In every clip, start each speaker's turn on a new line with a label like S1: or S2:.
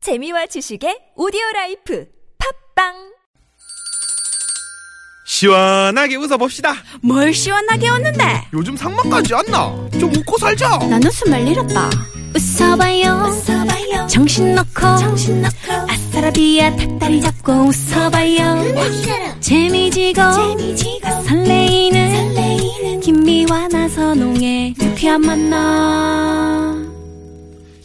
S1: 재미와 지식의 오디오 라이프 팝빵
S2: 시원하게 웃어봅시다.
S3: 뭘 시원하게 웃는데?
S2: 요즘 상만까지 안 나. 좀 웃고 살자.
S3: 난 웃음을 잃었다. 웃어봐요. 정신 놓고. 아싸라비아 닭다리 잡고 웃어봐요. 재미지고. 설레이는. 김미와 나서 농에 유쾌한 만나.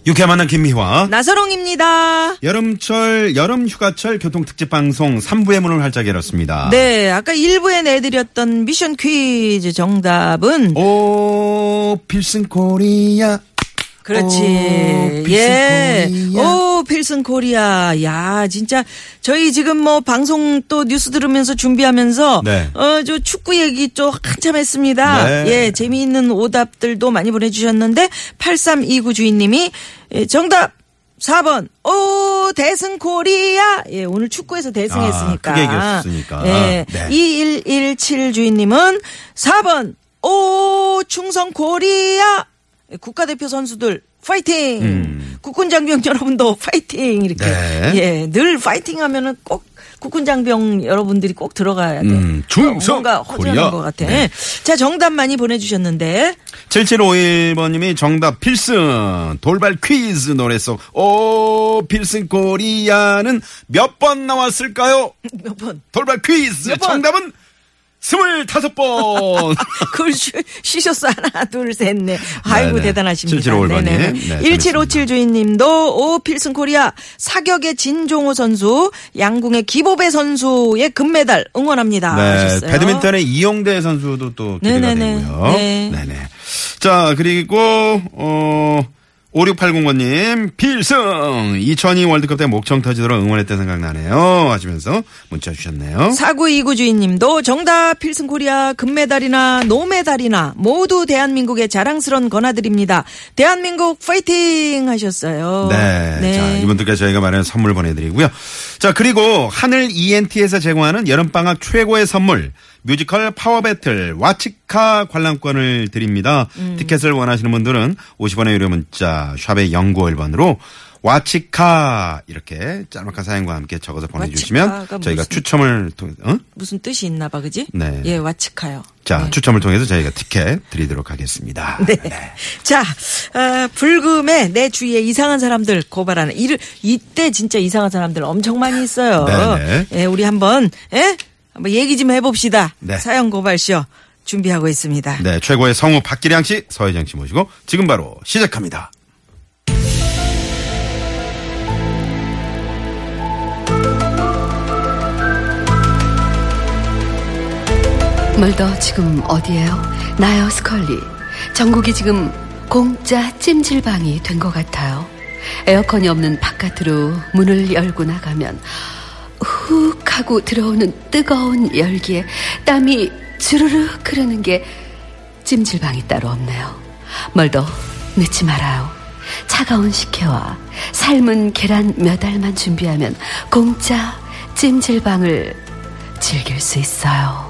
S4: 유쾌 만난 김미화.
S5: 나서롱입니다.
S4: 여름철 여름 휴가철 교통 특집 방송 3부의 문을 활짝 열었습니다.
S5: 네, 아까 1부에 내드렸던 미션 퀴즈 정답은
S4: 어? 오 필승 코리아.
S5: 그렇지.
S4: 오, 필승
S5: 예.
S4: 코리아.
S5: 오, 필승 코리아. 야, 진짜 저희 지금 뭐 방송 또 뉴스 들으면서 준비하면서
S4: 네.
S5: 어, 저 축구 얘기 또 한참
S4: 네.
S5: 했습니다. 예, 재미있는 오답들도 많이 보내 주셨는데 8329 주인님이 예, 정답 4번. 오, 대승 코리아. 예, 오늘 축구에서 대승했으니까.
S4: 아, 크게 이겼으니까.
S5: 예.
S4: 네.
S5: 2117 주인님은 4번 오 충성 코리아 국가대표 선수들 파이팅 국군 장병 여러분도 파이팅 이렇게
S4: 음. 네.
S5: 예늘 파이팅 하면은 꼭 국군 장병 여러분들이 꼭 들어가야 돼
S4: 음, 충성
S5: 뭔가 허전한
S4: 코리아.
S5: 것 같아
S4: 네.
S5: 자 정답 많이 보내주셨는데
S4: 7751번님이 정답 필승 돌발 퀴즈 노래 속오 필승 코리아는 몇 번 나왔을까요?
S5: 몇번
S4: 돌발 퀴즈
S5: 몇 번?
S4: 정답은 25번.
S5: 그걸 쉬, 쉬셨어 하나 둘 셋 넷 아이고
S4: 네네.
S5: 대단하십니다
S4: 7751 번님.
S5: 네네.
S4: 네, 재밌습니다.
S5: 1757 주인님도 오 필승 코리아 사격의 진종호 선수 양궁의 기보배 선수의 금메달 응원합니다
S4: 네,
S5: 하셨어요.
S4: 배드민턴의 이용대 선수도 또 기대가
S5: 네네네.
S4: 되고요.
S5: 네.
S4: 네네. 자, 그리고 어 5680번님 필승 2002 월드컵 때 목청 터지도록 응원했던 생각나네요 하시면서 문자 주셨네요.
S5: 4929 주인님도 정답 필승 코리아 금메달이나 노메달이나 모두 대한민국의 자랑스러운 건화드립니다. 대한민국 파이팅 하셨어요.
S4: 네. 자, 이분들께 저희가 마련한 선물 보내드리고요. 자, 그리고 하늘 ENT에서 제공하는 여름방학 최고의 선물, 뮤지컬 파워배틀 와치카 관람권을 드립니다.
S5: 음.
S4: 티켓을 원하시는 분들은 50원의 유료 문자, 샵의 0951번으로 와치카 이렇게 짤막한 사연과 함께 적어서 보내주시면
S5: 와치카가
S4: 저희가
S5: 무슨-
S4: 추첨을 통해 어?
S5: 무슨 뜻이 있나 봐 그지?
S4: 네.
S5: 예, 와치카요.
S4: 자 추첨을 통해서 저희가 티켓 드리도록 하겠습니다. 네.
S5: 자, 어, 불금에 내 주위에 이상한 사람들 고발하는 이를 이때 진짜 이상한 사람들 엄청 많이 있어요.
S4: 네네.
S5: 예, 우리 한번 예? 한번 얘기 좀 해봅시다.
S4: 네.
S5: 사연 고발쇼 준비하고 있습니다.
S4: 네, 최고의 성우 박기량 씨, 서혜정 씨 모시고 지금 바로 시작합니다.
S6: 멀더 지금 어디에요? 나요 스컬리. 전국이 지금 공짜 찜질방이 된 것 같아요. 에어컨이 없는 바깥으로 문을 열고 나가면 훅 하고 들어오는 뜨거운 열기에 땀이 주르륵 흐르는 게 찜질방이 따로 없네요. 멀더 늦지 말아요. 차가운 식혜와 삶은 계란 몇 알만 준비하면 공짜 찜질방을 즐길 수 있어요.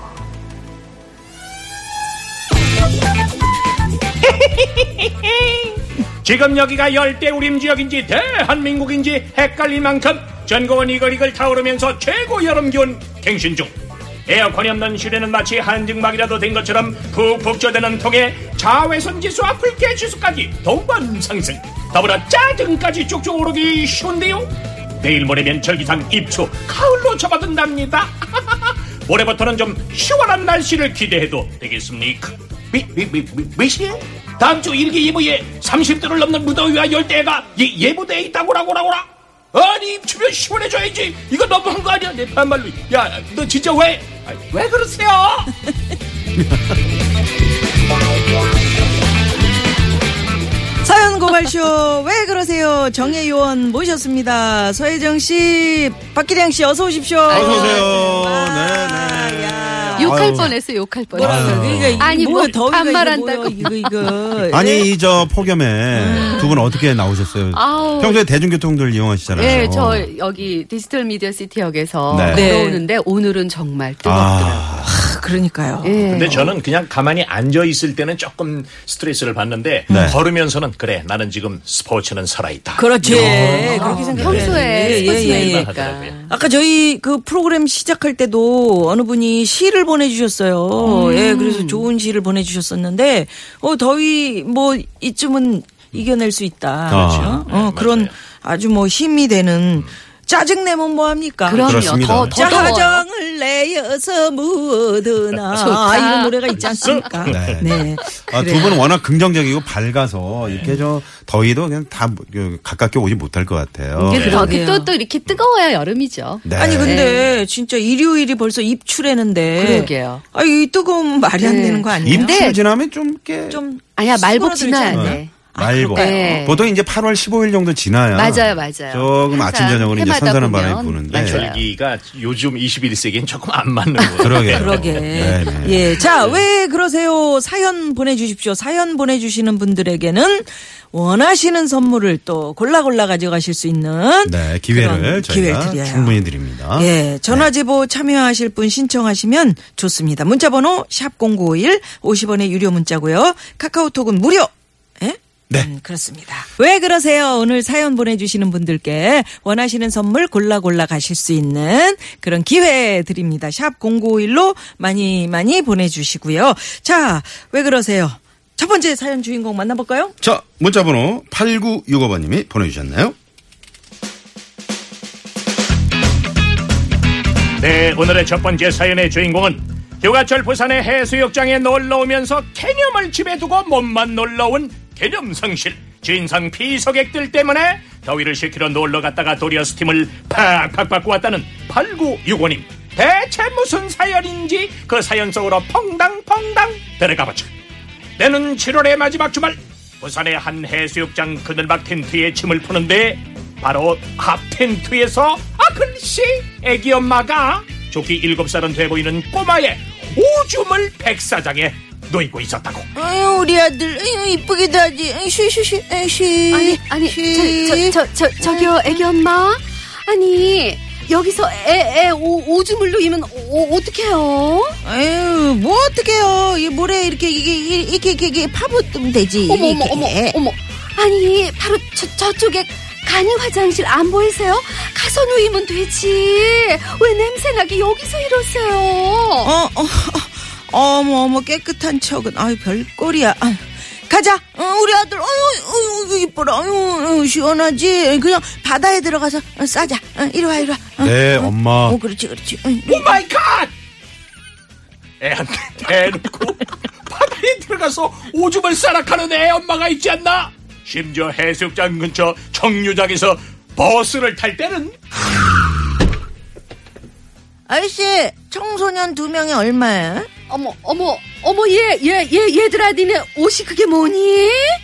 S7: 지금 여기가 열대 우림 지역인지 대한민국인지 헷갈릴 만큼 전국은 이글이글 타오르면서 최고 여름 기온 갱신 중. 에어컨이 없는 실내는 마치 한증막이라도 된 것처럼 푹푹 쪄대는 통에 자외선 지수와 불쾌 지수까지 동반 상승. 더불어 짜증까지 쭉쭉 오르기 쉬운데요. 내일 모레면 절기상 입추 가을로 접어든답니다. 올해부터는 좀 시원한 날씨를 기대해도 되겠습니까? 미, 미, 미, 미, 미시? 다음 주 일기예보에 30도를 넘는 무더위와 열대가 예, 예보돼 있다고 라고 라고라 아니 주변 시원해져야지 이거 너무한 거 아니야 내 반말로 야 너 진짜 왜 아, 왜 그러세요?
S5: 사연 고발쇼 왜 그러세요? 정혜 요원 모셨습니다. 서혜정 씨, 박기량 씨 어서 오십시오.
S4: 어서 오세요.
S5: 와,
S4: 네, 네.
S5: 야.
S6: 욕할
S4: 아유.
S6: 뻔했어 욕할 뻔했어.
S5: 뭐라고요? 그러니까 이게
S6: 아니,
S5: 뭐야,
S6: 뭐
S5: 더위가 이게
S6: 반말한다고.
S5: 뭐야, 이거 이거.
S4: 아니 이 저 폭염에 두 분 어떻게 나오셨어요?
S6: 음. 아우.
S4: 평소에 대중교통들 이용하시잖아요.
S6: 예, 저 여기 디지털 미디어 시티역에서
S4: 네.
S6: 걸어오는데 오늘은 정말 뜨겁더라고요.
S4: 아,
S5: 그러니까요.
S6: 예.
S7: 근데 저는 그냥 가만히 앉아 있을 때는 조금 스트레스를 받는데
S4: 네.
S7: 걸으면서는 그래 나는 지금 스포츠는 살아있다.
S5: 그렇지. 예, 그렇게 예, 생각해요.
S6: 평소에 스포츠맨이니까.
S5: 아까 저희 그 프로그램 시작할 때도 어느 분이 시를 보내주셨어요.
S6: 음.
S5: 예, 그래서 좋은 시를 보내주셨었는데, 어, 더위 뭐 이쯤은 이겨낼 수 있다.
S4: 아.
S5: 어, 그런
S7: 맞아요.
S5: 아주 뭐 힘이 되는 짜증내면 뭐합니까?
S6: 그럼요.
S4: 그렇습니다.
S6: 더, 더 더워요.
S5: 짜증을 내어서 묻으나
S6: 좋다.
S5: 이런 노래가 있지 않습니까?
S4: 네.
S5: 네.
S4: 아, 두 분은 워낙 긍정적이고 밝아서
S6: 네.
S4: 이렇게 저 더위도 그냥 다 그, 가깝게 오지 못할 것 같아요.
S6: 이게 예, 그렇게
S5: 그러게요.
S6: 또, 또 이렇게 뜨거워야 여름이죠.
S4: 네.
S5: 아니 근데 진짜 일요일이 벌써 입출했는데
S6: 그러게요.
S5: 아이 뜨거움 말이 안
S6: 네.
S5: 되는 거 아니에요?
S4: 입출
S6: 근데-
S4: 지나면 좀 이렇게
S5: 좀
S6: 아니야, 말복
S5: 수그러들지 않나?
S6: 지나야 돼.
S4: 말고
S5: 그럴까요?
S6: 네.
S4: 보통 이제 8월 15일 정도 지나야
S6: 맞아요, 맞아요.
S4: 조금 아침
S6: 항상
S4: 저녁으로 이제
S6: 해마다
S4: 선선한
S6: 보면
S4: 바람이 부는데
S6: 맞아요.
S7: 절기가 요즘 21세기엔 조금 안 맞는 거예요.
S4: 그러게요.
S5: 그러게.
S4: 네, 네.
S5: 예. 자, 왜 그러세요? 사연 보내주십시오. 사연 보내주시는 분들에게는 원하시는 선물을 또 골라 골라 가져가실 수 있는
S4: 네,
S5: 그런
S4: 기회를
S5: 기회를
S4: 저희가
S5: 드려요.
S4: 충분히 드립니다.
S5: 예, 전화 제보 참여하실 분 신청하시면 좋습니다. 문자 번호 샵 0951 50원의 유료 문자고요. 카카오톡은 무료. 예?
S4: 네.
S5: 음, 그렇습니다. 왜 그러세요? 오늘 사연 보내주시는 분들께 원하시는 선물 골라 골라 가실 수 있는 그런 기회 드립니다. 샵 0951로 많이 많이 보내주시고요. 자, 왜 그러세요? 첫 번째 사연 주인공 만나볼까요?
S4: 자, 문자번호 8965번님이 보내주셨나요?
S7: 네, 오늘의 첫 번째 사연의 주인공은 휴가철 부산의 해수욕장에 놀러 오면서 개념을 집에 두고 몸만 놀러 온 개념 상실, 진상 피서객들 때문에 더위를 식히러 놀러 갔다가 도리어 스팀을 팍팍 받고 왔다는 8965님. 대체 무슨 사연인지 그 사연 속으로 퐁당퐁당 들어가보자. 내는 7월의 마지막 주말 부산의 한 해수욕장 그늘막 텐트에 짐을 푸는데 바로 앞 텐트에서 아 글씨 애기 엄마가 조기 7살은 돼 보이는 꼬마의 오줌을 백사장에 놓이고 있었다고
S5: 아유, 우리 아들, 아유, 이쁘기도 하지. 아유, 쉬, 쉬, 쉬, 아유, 쉬.
S6: 아니, 아니,
S5: 쉬.
S6: 저, 저, 저, 저, 저기요, 애기 엄마. 아니, 여기서 애, 애, 오, 오줌을 누이면 오, 어떡해요?
S5: 아유, 뭐 어떡해요. 이 모래 이렇게 이게 이- 이렇게 이렇게, 이렇게 파묻으면 되지.
S6: 어머, 어머,
S5: 이렇게.
S6: 어머, 어머. 아니, 바로 저, 저쪽에 간이 화장실 안 보이세요? 가서 누이면 되지. 왜 냄새나게 여기서 이러세요?
S5: 어, 어, 어, 머 어머 깨끗한 척은 아유 별꼴이야. 아유, 가자. 어, 우리 아들. 어유, 어유, 이뻐라. 어유, 어유, 시원하지. 그냥 바다에 들어가서 어, 싸자. 어, 이리 와, 이리 와. 어,
S4: 네, 엄마.
S5: 어, 그렇지, 그렇지. 응.
S7: 오 마이 갓! 애한테 대놓고 바다에 들어가서 오줌을 싸락하는 애 엄마가 있지 않나? 심지어 해수욕장 근처 정류장에서 버스를 탈 때는
S5: 아저씨, 청소년 두 명이 얼마야?
S6: 어머, 어머, 어머, 얘, 얘, 얘, 얘들아, 니네 옷이 그게 뭐니?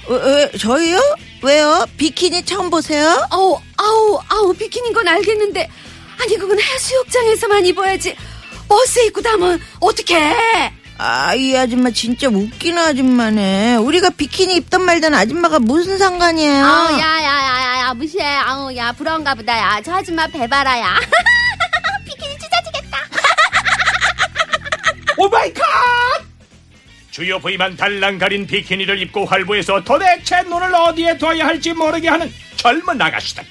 S5: 왜, 왜, 어, 저희요? 왜요? 비키니 처음 보세요?
S6: 아우, 아우, 아우, 비키니인 건 알겠는데. 아니, 그건 해수욕장에서만 입어야지. 버스 입고 다면 어떡해?
S5: 아, 이 아줌마 진짜 웃기는 아줌마네. 우리가 비키니 입던 말던 아줌마가 무슨 상관이에요?
S8: 아우
S6: 어.
S8: 야야야야야 무시해 아우 야 부러운가 보다 야저 아줌마 배바라야 비키니 찢어지겠다
S7: 오 마이 갓! 주요 부위만 달랑 가린 비키니를 입고 활보해서 도대체 눈을 어디에 둬야 할지 모르게 하는 젊은 아가씨들.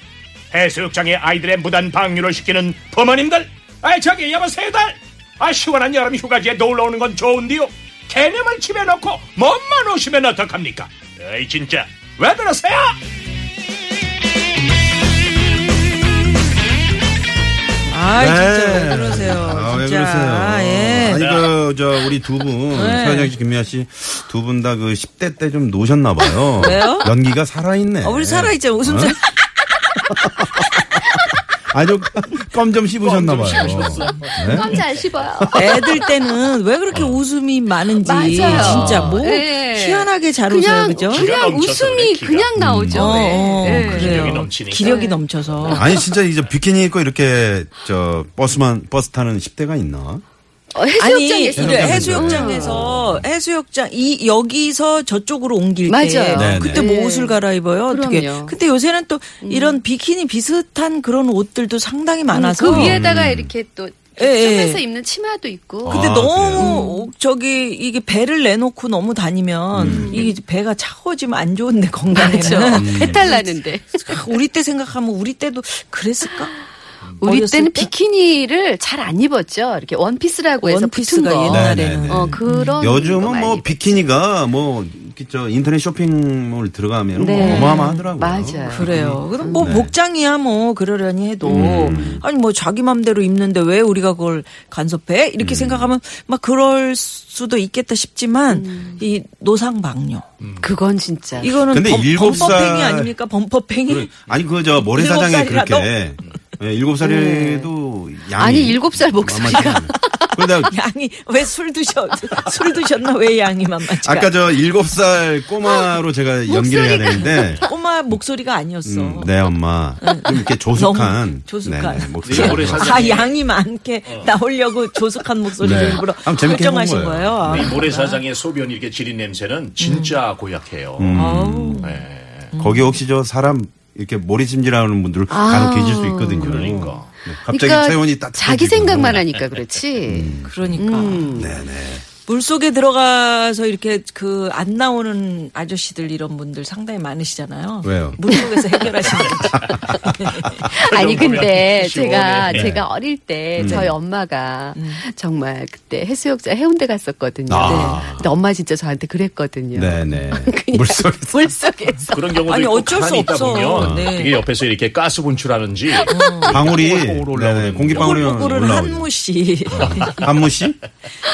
S7: 해수욕장에 아이들의 무단 방류를 시키는 부모님들. 아이 저기 여보세요들. 아 시원한 여름 휴가지에 놀러 오는 건 좋은데요. 개념을 집에 넣고 몸만 오시면 어떡합니까? 에이 진짜 왜 그러세요?
S5: 아, 진짜 왜
S4: 네.
S5: 그러세요?
S4: 아, 왜
S5: 진짜.
S4: 그러세요?
S5: 아, 예.
S4: 아니, 그, 저, 우리 두 분, 서현정 씨, 김미아 씨, 두 분 다 그 10대 때 좀 노셨나봐요.
S5: 왜요?
S4: 연기가 살아있네.
S5: 어, 우리 살아있잖아. 웃음소리.
S4: 아주 껌 좀 씹으셨나봐요. 네?
S6: 껌 잘 씹어요.
S5: 애들 때는 왜 그렇게
S4: 어.
S5: 웃음이 많은지.
S6: 맞아요.
S5: 진짜 뭐
S6: 예.
S5: 희한하게 잘 웃어요.
S6: 그냥,
S5: 그죠?
S7: 기가
S6: 그냥
S7: 넘쳐서
S6: 웃음이
S7: 그래, 기가.
S6: 그냥 나오죠.
S5: 어,
S6: 예.
S5: 어,
S6: 예.
S5: 그래요.
S7: 기력이 넘치니까.
S5: 기력이 넘쳐서.
S4: 아니, 진짜 이제 비키니 입고 이렇게, 저, 버스만, 버스 타는 10대가 있나?
S6: 어,
S5: 아니
S6: 해수욕장에서. 음.
S5: 그래, 해수욕장에서 해수욕장 이 여기서 저쪽으로 옮길 때
S6: 맞아요.
S4: 네네.
S5: 그때 뭐
S6: 네.
S5: 옷을 갈아입어요 어떻게
S6: 그럼요. 음.
S5: 근데 요새는 또 이런 비키니 비슷한 그런 옷들도 상당히 많아서
S6: 그 위에다가 이렇게 또
S5: 예, 예.
S6: 점에서 입는 치마도 있고.
S5: 근데
S4: 아,
S5: 너무 저기 이게 배를 내놓고 너무 다니면
S4: 음.
S5: 이 배가 차워지면 안 좋은데
S6: 그렇죠.
S5: 건강에는
S6: 배탈 나는데.
S5: 우리 때 생각하면 우리 때도 그랬을까?
S6: 우리
S5: 음. 어렸을
S6: 때는
S5: 때?
S6: 비키니를 잘 안 입었죠. 이렇게 원피스라고 해서 붙은
S5: 원피스가
S6: 거.
S5: 옛날에는
S4: 네, 네, 네.
S6: 어 그런. 거
S4: 요즘은
S6: 많이
S4: 뭐
S6: 입-
S4: 비키니가 뭐 그죠 인터넷 쇼핑몰 들어가면
S6: 네.
S4: 뭐 어마어마하더라고요.
S6: 맞아요.
S5: 그래요. 그럼 뭐
S4: 네. 음.
S5: 복장이야 뭐 그러려니 해도 아니 뭐 자기 맘대로 입는데 왜 우리가 그걸 간섭해? 이렇게
S4: 음.
S5: 생각하면 막 그럴 수도 있겠다 싶지만 이 노상방뇨
S6: 그건 진짜.
S5: 이거는
S4: 음. 근데
S5: 범,
S4: 일곱 살-
S5: 범법행위 아닙니까? 범법행위.
S4: 그래. 아니 그 저 모래사장에
S5: 일곱
S4: 그렇게 예, 일곱 살에도 양이
S6: 아니, 일곱 살 목소리가.
S4: 만만치 않아요. 그러다
S5: 양이 왜 술 드셨 술 드셨나 왜 양이 만만치가
S4: 아까 저 일곱 살 꼬마로 제가 연기를 해야 되는데
S5: 꼬마 목소리가 아니었어.
S4: 음, 네 엄마 좀 이렇게
S5: 너무
S4: 조숙한
S5: 조숙한.
S4: 네, 네, 목소리가
S7: 모래
S4: 나와서.
S5: 아 양이 많게 나오려고 조숙한 목소리를
S4: 어. 네.
S5: 일부러
S4: 한번 재밌게
S5: 결정하신
S4: 해본
S5: 거예요.
S4: 거예요. 네.
S5: 아,
S7: 이 모래사장의 소변 이렇게 지린 냄새는 진짜 고약해요.
S5: 음. 아우.
S7: 네.
S4: 거기 혹시 저 사람 이렇게 모리찜질하는 분들 간혹 계실 수 있거든요.
S7: 그러니까.
S4: 네, 갑자기 체온이 따뜻해지고 음.
S6: 자기 생각만 하니까 그렇지. 음.
S5: 그러니까
S4: 네네.
S5: 물 속에 들어가서 이렇게 그 안 나오는 아저씨들 이런 분들 상당히 많으시잖아요.
S4: 왜요?
S5: 물 속에서 해결하시는
S6: 아니
S7: 정도면
S6: 근데
S7: 15 네.
S6: 제가
S7: 네.
S6: 제가 어릴 때
S4: 음.
S6: 저희 엄마가 정말 그때 해수욕장 해운대 갔었거든요.
S4: 아.
S6: 네. 근데 엄마 진짜 저한테 그랬거든요.
S4: 네네.
S6: 그냥
S4: 물속에서.
S6: 물속에서
S7: 그런 경우도
S5: 아니,
S7: 있고
S5: 어쩔 수
S7: 가만히 있다
S5: 없어.
S7: 보면
S5: 네.
S7: 이게 옆에서 이렇게 가스 분출하는지
S4: 방울이
S7: 꼬불꼬불 올라오는
S4: 네네, 공기 방울이
S5: 꼬르는
S4: 올라오죠. 아.
S5: 한무 씨,
S4: 한무 씨?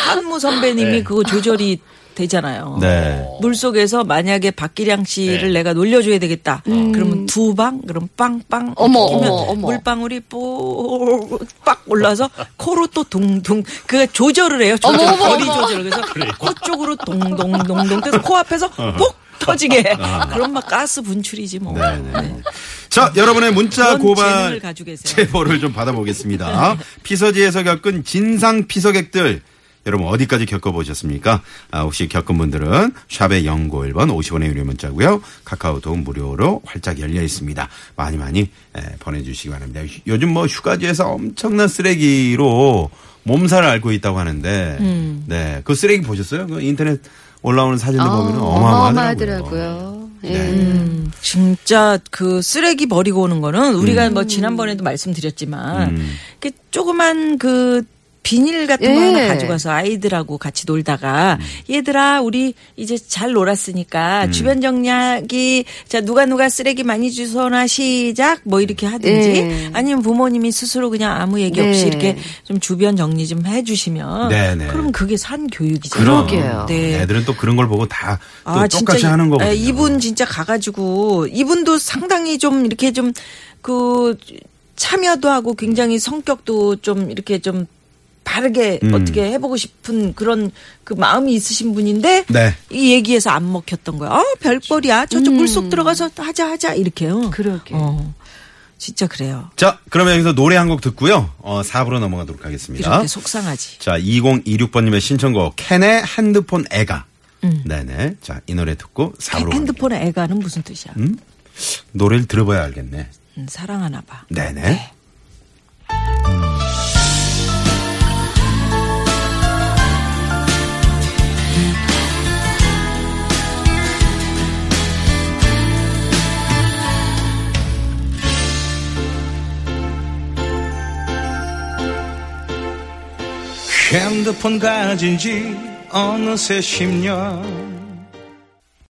S5: 한무 선배님이 그거 조절이 되잖아요.
S4: 네.
S5: 물 속에서 만약에 박기량 씨를
S7: 네.
S5: 내가 놀려줘야 되겠다. 그러면 두 방, 그럼 빵빵.
S6: 어머,
S5: 끼면
S6: 어머, 어머.
S5: 물방울이 뽀빡 올라서 코로 또 둥둥. 그 조절을 해요. 조절,
S6: 어머, 어머,
S5: 거리
S6: 어머.
S5: 조절. 그래서 코 쪽으로 동동동동. 그래서 코 앞에서 뽁 터지게. 그럼 막 가스 분출이지 뭐.
S4: 네네. 자, 여러분의 문자
S5: 그런
S4: 고발
S5: 재능을 가지고 계세요.
S4: 제보를 좀 받아보겠습니다. 피서지에서 겪은 진상 피서객들. 여러분 어디까지 겪어보셨습니까? 아, 혹시 겪은 분들은 샵의 0951번 50원의 유료 문자고요. 카카오톡 무료로 활짝 열려 있습니다. 많이 많이 예, 보내주시기 바랍니다. 휴- 요즘 뭐 휴가지에서 엄청난 쓰레기로 몸살을 앓고 있다고 하는데
S5: 음.
S4: 네, 그 쓰레기 보셨어요? 그 인터넷 올라오는
S5: 어,
S4: 사진들 보면 그 어마어마하더라고요. 네.
S6: 어마어마하더라고요. 예.
S5: 음. 진짜 그 쓰레기 버리고 오는 거는 우리가
S4: 음.
S5: 뭐 지난번에도 말씀드렸지만 이렇게 조그만 그 비닐 같은 거
S6: 예.
S5: 하나 가져가서 아이들하고 같이 놀다가
S4: 음.
S5: 얘들아 우리 이제 잘 놀았으니까 주변 정리하기 자 누가 누가 쓰레기 많이 주소나 시작 뭐 이렇게 하든지
S6: 예.
S5: 아니면 부모님이 스스로 그냥 아무 얘기
S6: 네.
S5: 없이 이렇게 좀 주변 정리 좀 해주시면
S4: 네네.
S5: 그럼 그게 산 교육이잖아요.
S6: 그러게요.
S5: 네.
S4: 애들은 또 그런 걸 보고 다 또 똑같이
S5: 아, 진짜 이-
S4: 하는 거거든요.
S5: 예, 이분 진짜 가가지고 이분도 상당히 좀 이렇게 좀 그 참여도 하고 굉장히 성격도 좀 이렇게 좀 바르게
S4: 음.
S5: 어떻게 해보고 싶은 그런 그 마음이 있으신 분인데
S4: 네.
S5: 이 얘기에서 안 먹혔던 거야. 아 별벌이야. 저쪽 물속 들어가서 하자 하자 이렇게요.
S6: 음. 그러게.
S5: 어, 진짜 그래요.
S4: 자, 그러면 여기서 노래 한 곡 듣고요. 어, 4부로 넘어가도록 하겠습니다.
S5: 이렇게 속상하지.
S4: 자, 2026번님의 신청곡 캔의 핸드폰 애가. 네네. 자, 이 노래 듣고 4부로
S5: 음.
S4: 음?
S5: 핸드폰에 애가는 무슨 뜻이야?
S4: 노래를 들어봐야 알겠네.
S5: 음, 사랑하나 봐.
S4: 네네.
S2: 핸드폰 가진 지 어느새 10년